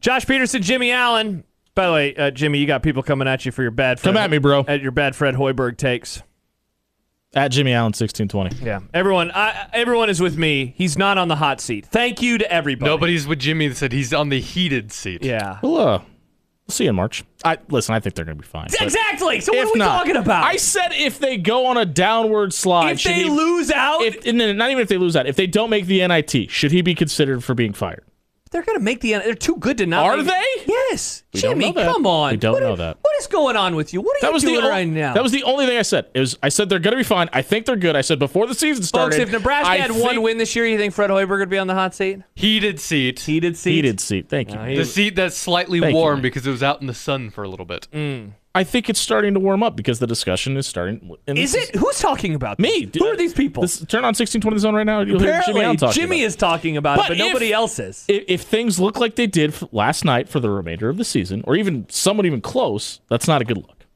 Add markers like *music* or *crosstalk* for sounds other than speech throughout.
Josh Peterson, Jimmy Allen. By the way, uh, Jimmy, you got people coming at you for your bad. Fred, Come at me, bro. At your bad Fred Hoiberg takes. At Jimmy Allen, sixteen twenty. Yeah, everyone, I, everyone is with me. He's not on the hot seat. Thank you to everybody. Nobody's with Jimmy that said he's on the heated seat. Yeah. We'll, uh, we'll see you in March. I listen. I think they're gonna be fine. but Exactly. So what if are we not- talking about? I said if they go on a downward slide, if should they he- lose out, if and then not even if they lose that, if they don't make the NIT, should he be considered for being fired? they're going to make the. They're too good to not. Are make- they? Yes. don't Jimmy, know that. come on. We don't What know is- that. What is going on with you? What are That you was the doing o- right now? that was the only thing I said. It was I said they're gonna be fine. I think they're good. I said before the season started. Folks, if Nebraska I had one think- win this year, you think Fred Hoiberg would be on the hot seat? Heated seat. Heated seat. heated seat, thank you. the seat that's slightly Thank you, warm Mike. Mm. because it was out in the sun for a little bit. I think it's starting to warm up because the discussion is starting. and Is this it? Who's talking about this? me? Who are these people? This, turn on sixteen twenty the zone right now. You'll hear Apparently, Jimmy Allen talking about it. is talking about it, But but if- nobody else is. if, if things look like they did f- last night for the remainder of the season, or even somewhat even close, that's not a good look.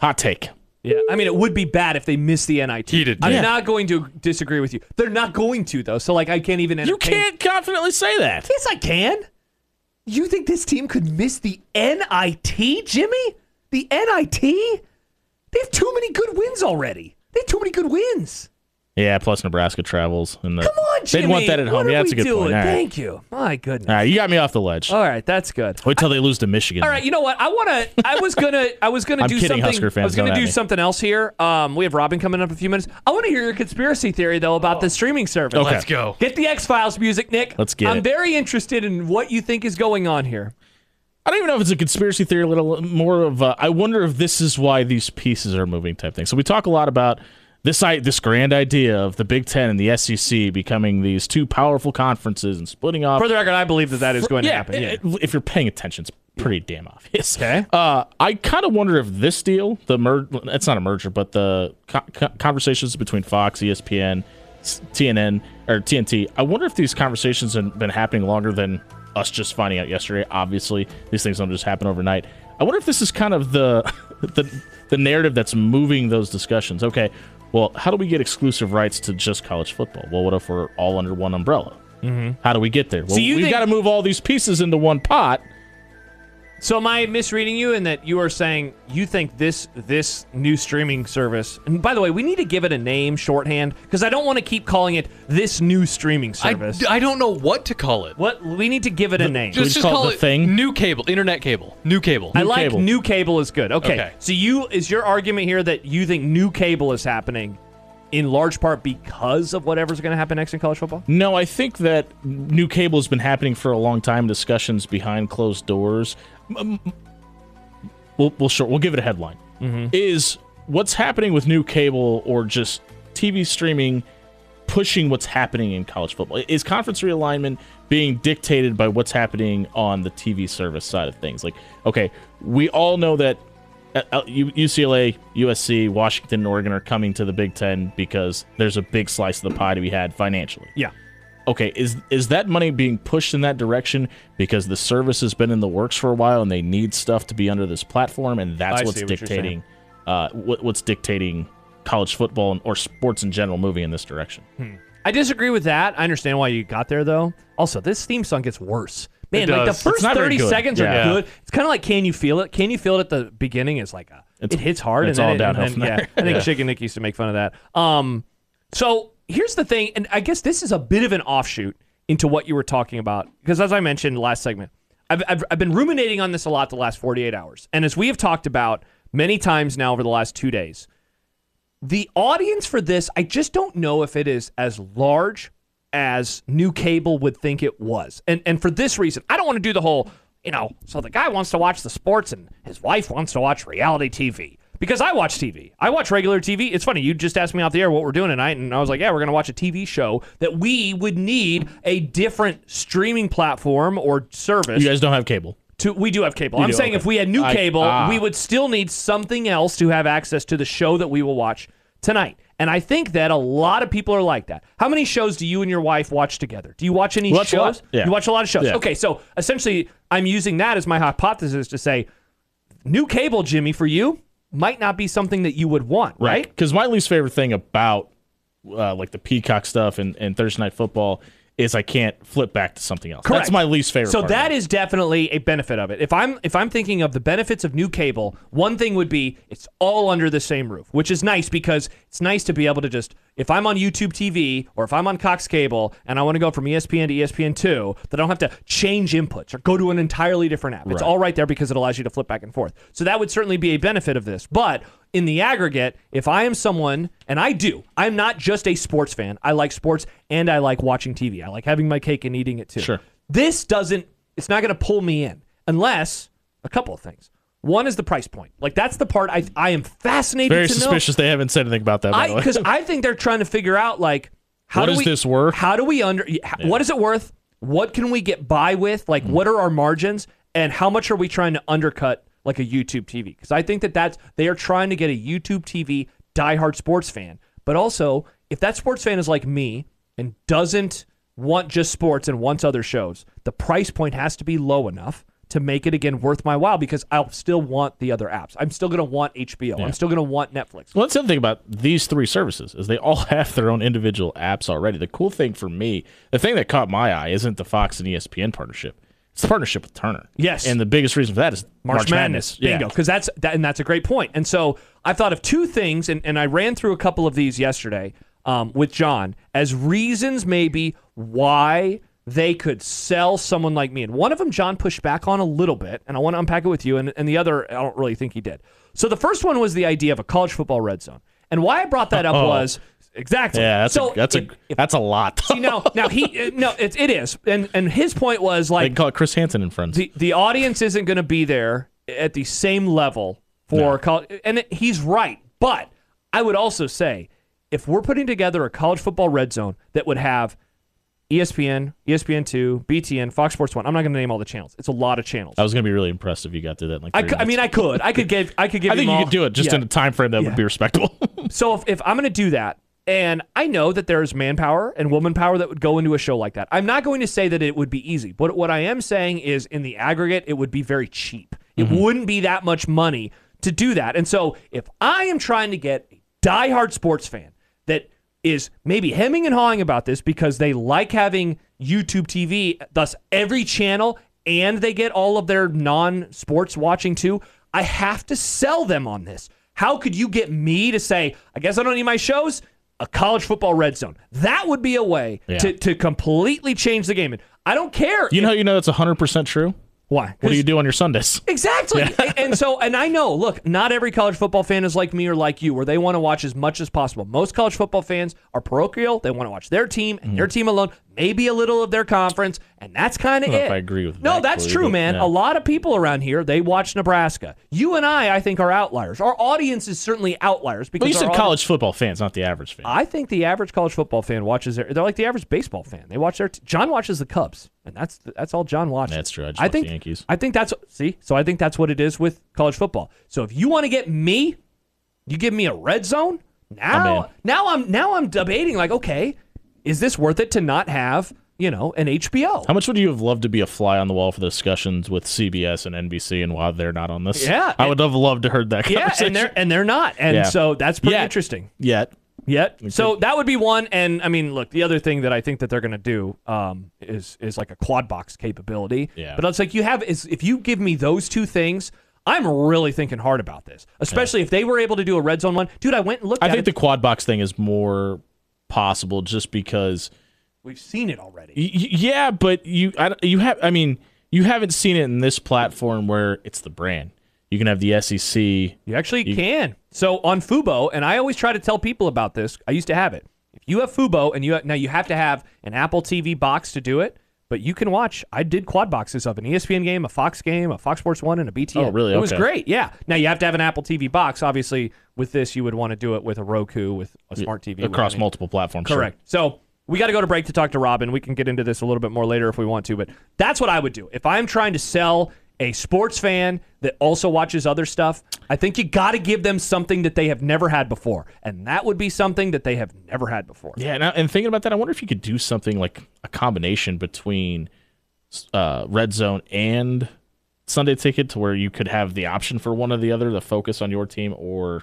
Hot take. Yeah, I mean, it would be bad if they miss the NIT. Heated I'm take. not going to disagree with you. They're not going to though, so like I can't even. You entertain- can't confidently say that. Yes, I can. You think this team could miss the NIT, Jimmy? The NIT? They have too many good wins already. They have too many good wins. Yeah. Plus Nebraska travels, and the, Come on, Jimmy. they'd want that at What home. are Yeah, that's we a good doing? point. All right. Thank you. My goodness. All right, you got me off the ledge. All right, that's good. Wait till they lose to Michigan. All right, you know what? I want to. I was gonna. I was gonna I'm do kidding, something. Husker fans, I was gonna don't at do me. something else here. Um, we have Robin coming up in a few minutes. I want to hear your conspiracy theory though about the streaming service. Okay. Let's go. Get the X Files music, Nick. Let's get I'm it. very interested in what you think is going on here. I don't even know if it's a conspiracy theory, a little more of a, I wonder if this is why these pieces are moving type thing. So we talk a lot about this I, this grand idea of the Big Ten and the SEC becoming these two powerful conferences and splitting off. For the record, I believe that that is going to happen. it- Yeah. it- if you're paying attention, it's pretty damn obvious. Okay. Uh, I kind of wonder if this deal, the merge, it's not a merger, but the co- co- conversations between Fox, ESPN, s- TNN, or TNT, I wonder if these conversations have been happening longer than us just finding out yesterday. Obviously, these things don't just happen overnight. I wonder if this is kind of the *laughs* the, the narrative that's moving those discussions. Okay, well, how do we get exclusive rights to just college football? Well, what if we're all under one umbrella? How do we get there? Well, Mm-hmm. you we've think- got to move all these pieces into one pot. So am I misreading you in that you are saying you think this this new streaming service? And by the way, we need to give it a name shorthand because I don't want to keep calling it this new streaming I, service. I don't know what to call it. what we need to give it a name. Just, just just call it call the it thing? new cable, internet cable, new cable. I like cable. new cable is good. Okay. Okay. So you is your argument here that you think new cable is happening in large part because of whatever's going to happen next in college football? No, I think that new cable has been happening for a long time. Discussions behind closed doors. Um, We'll we'll short. We'll give it a headline. Is what's happening with new cable or just TV streaming pushing what's happening in college football? Is conference realignment being dictated by what's happening on the TV service side of things? Like, okay, we all know that uh, uh, U- UCLA, USC, Washington, and Oregon are coming to the Big Ten because there's a big slice of the pie to be had financially Yeah. okay is is that money being pushed in that direction because the service has been in the works for a while and they need stuff to be under this platform and that's I what's see what you're dictating uh what, what's dictating college football and, or sports in general moving in this direction I disagree with that. I understand why you got there though. Also, this theme song gets worse. Man, It like the does. first It's not very 30 good. seconds Yeah. are good. It's kind of like can you feel it? Can you feel it at the beginning is like a, It's- it hits hard it's and then all it- downhill and from then- yeah. there. I think Yeah. Chicken Nick used to make fun of that. Um so here's the thing and I guess this is a bit of an offshoot into what you were talking about because as I mentioned last segment I've, I've, I've been ruminating on this a lot the last 48 hours. And as we have talked about many times now over the last two days, the audience for this, I just don't know if it is as large as new cable would think it was. And and for this reason, I don't want to do the whole, you know, so the guy wants to watch the sports and his wife wants to watch reality TV. because I watch TV. I watch regular TV. It's funny. You just asked me out the air what we're doing tonight, and I was like, yeah, we're going to watch a TV show that we would need a different streaming platform or service. You guys don't have cable. to, we do have cable. I'm do, saying okay. if we had new I- cable, ah. we would still need something else to have access to the show that we will watch tonight. And I think that a lot of people are like that. How many shows do you and your wife watch together? Do you watch any Watch a lot, shows? yeah. You watch a lot of shows. Yeah. Okay, so essentially, I'm using that as my hypothesis to say, new cable, Jimmy, for you might not be something that you would want, right? Because my least favorite thing about uh, like the Peacock stuff and, and Thursday Night Football is I can't flip back to something else. Correct. That's my least favorite. So part that of it. is definitely a benefit of it. If I'm if I'm thinking of the benefits of new cable, one thing would be it's all under the same roof, which is nice because it's nice to be able to just if I'm on YouTube TV or if I'm on Cox Cable and I want to go from E ESPN to ESPN two, that I don't have to change inputs or go to an entirely different app. It's all right there because it allows you to flip back and forth. So that would certainly be a benefit of this. But in the aggregate, if I am someone, and I do, I'm not just a sports fan. I like sports and I like watching TV. I like having my cake and eating it too. Sure. This doesn't, it's not going to pull me in unless a couple of things. One is the price point. Like, that's the part I, I am fascinated very to suspicious. They haven't said anything about that. know. By the way. *laughs* Because I, think they're trying to figure out, like, how What does is this worth? How do we under, yeah, how- what is it worth? What can we get by with? Mm. Like, what are our margins? And how much are we trying to undercut, like, a YouTube TV? Because I think that that's, they are trying to get a YouTube TV diehard sports fan. But also, if that sports fan is like me and doesn't, want just sports and wants other shows, the price point has to be low enough to make it again worth my while because I'll still want the other apps. I'm still going to want HBO. I'm still going to want Netflix. Well, that's the other thing about these three services is they all *laughs* have their own individual apps already. The cool thing for me, the thing that caught my eye, isn't the Fox and E ESPN partnership. It's the partnership with Turner. Yes. and the biggest reason for that is March, Madness. Madness. Yeah. Bingo. Because that's that, and that's a great point. And so I thought of two things, and, and I ran through a couple of these yesterday um, with John as reasons maybe why they could sell someone like me. And one of them John pushed back on a little bit, and I want to unpack it with you. And, and the other, I don't really think he did. So the first one was the idea of a college football red zone. And why I brought that up *laughs* Oh. was exactly. Yeah, that's so a, that's it- a that's a lot. *laughs* See, now, now he *laughs* uh, no, it, it is, and and his point was like they can call it Chris Hansen and friends. the the audience isn't going to be there at the same level for college, and it- he's right. But I would also say if we're putting together a college football red zone that would have E ESPN, ESPN two, BTN, Fox Sports one, I'm not going to name all the channels. It's a lot of channels. I was gonna be really impressed if you got through that. In like I, three cou- I minutes. mean, I could, I could give, I could give. I think them you all- could do it just Yeah. in a time frame that Yeah. would *laughs* be respectable. *laughs* So if, if I'm going to do that, and I know that there's manpower and woman power that would go into a show like that, I'm not going to say that it would be easy. But what I am saying is, in the aggregate, it would be very cheap. It wouldn't be that much money to do that. And so if I am trying to get a diehard sports fan that is maybe hemming and hawing about this because they like having YouTube TV, thus every channel, and they get all of their non sports watching too. I have to sell them on this. How could you get me to say, I guess I don't need my shows? A college football red zone. That would be a way Yeah. to, to completely change the game. And I don't care. you if- know, how you know that's hundred percent true. why? What do you do on your Sundays? *laughs* Exactly. and, and so, and I know, look, not every college football fan is like me or like you, where they want to watch as much as possible. Most college football fans are parochial. They want to watch their team and their team alone, maybe a little of their conference, and that's kind of know it. if Mm. I agree with No, that that's completely, true, but man. yeah. A lot of people around here, they watch Nebraska. You and I, I think, are outliers. Our audience is certainly outliers because Well, you our said audi- college football fans, not the average fan. I think the average college football fan watches their. They're like the average baseball fan. They watch their. T- John watches the Cubs, and that's that's all John watches. That's true. I just watch the think Yankees. I think that's see. So I think that's what it is with college football. So if you want to get me, you give me a red zone. Now, in. now I'm now I'm debating like, okay, is this worth it to not have you know an HBO? How much would you have loved to be a fly on the wall for the discussions with CBS and NBC and why they're not on this? Yeah, I would have loved to heard that yeah, conversation. and they're and they're not, and Yeah. so that's pretty Yeah. interesting. Yet. yet. So that would be one. And I mean, look, the other thing that I think that they're going to do um, is is like a quad box capability. Yeah. But it's like you have is if you give me those two things. I'm really thinking hard about this, especially if they were able to do a red zone one. Dude, I went and looked I at think it. the quad box thing is more possible just because We've seen it already. y- y- yeah, but you I, don't- you have I mean, you haven't seen it in this platform where it's the brand. You can have the E SEC You actually can. So on Fubo, and I always try to tell people about this. I used to have it. If you have Fubo, and you now you have to have an Apple TV box to do it, But you can watch. I did quad boxes of an E ESPN game, a Fox game, a Fox Sports One, and a BTN. Oh, really? It was Okay. great. Yeah. Now you have to have an Apple TV box. Obviously, with this, you would want to do it with a Roku, with a smart TV, with across any- multiple platforms. sure. Correct. So we got to go to break to talk to Robin. We can get into this a little bit more later if we want to, but that's what I would do. If I'm trying to sell a sports fan that also watches other stuff, I think you got to give them something that they have never had before. And that would be something that they have never had before. Yeah, and, I- and thinking about that, I wonder if you could do something like a combination between uh, Red Zone and Sunday Ticket, to where you could have the option for one or the other, the focus on your team or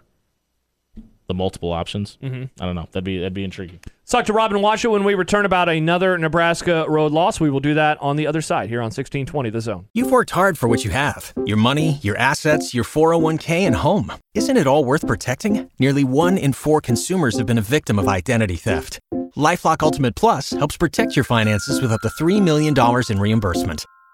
the multiple options. Mm-hmm. I don't know. That'd be that'd be intriguing. Let's talk to Robin Washer when we return about another Nebraska road loss. We will do that on the other side here on 1620 The Zone. You've worked hard for what you have your money, your assets, your 401k, and home. Isn't it all worth protecting? Nearly one in four consumers have been a victim of identity theft. Lifelock Ultimate Plus helps protect your finances with up to $3 million in reimbursement.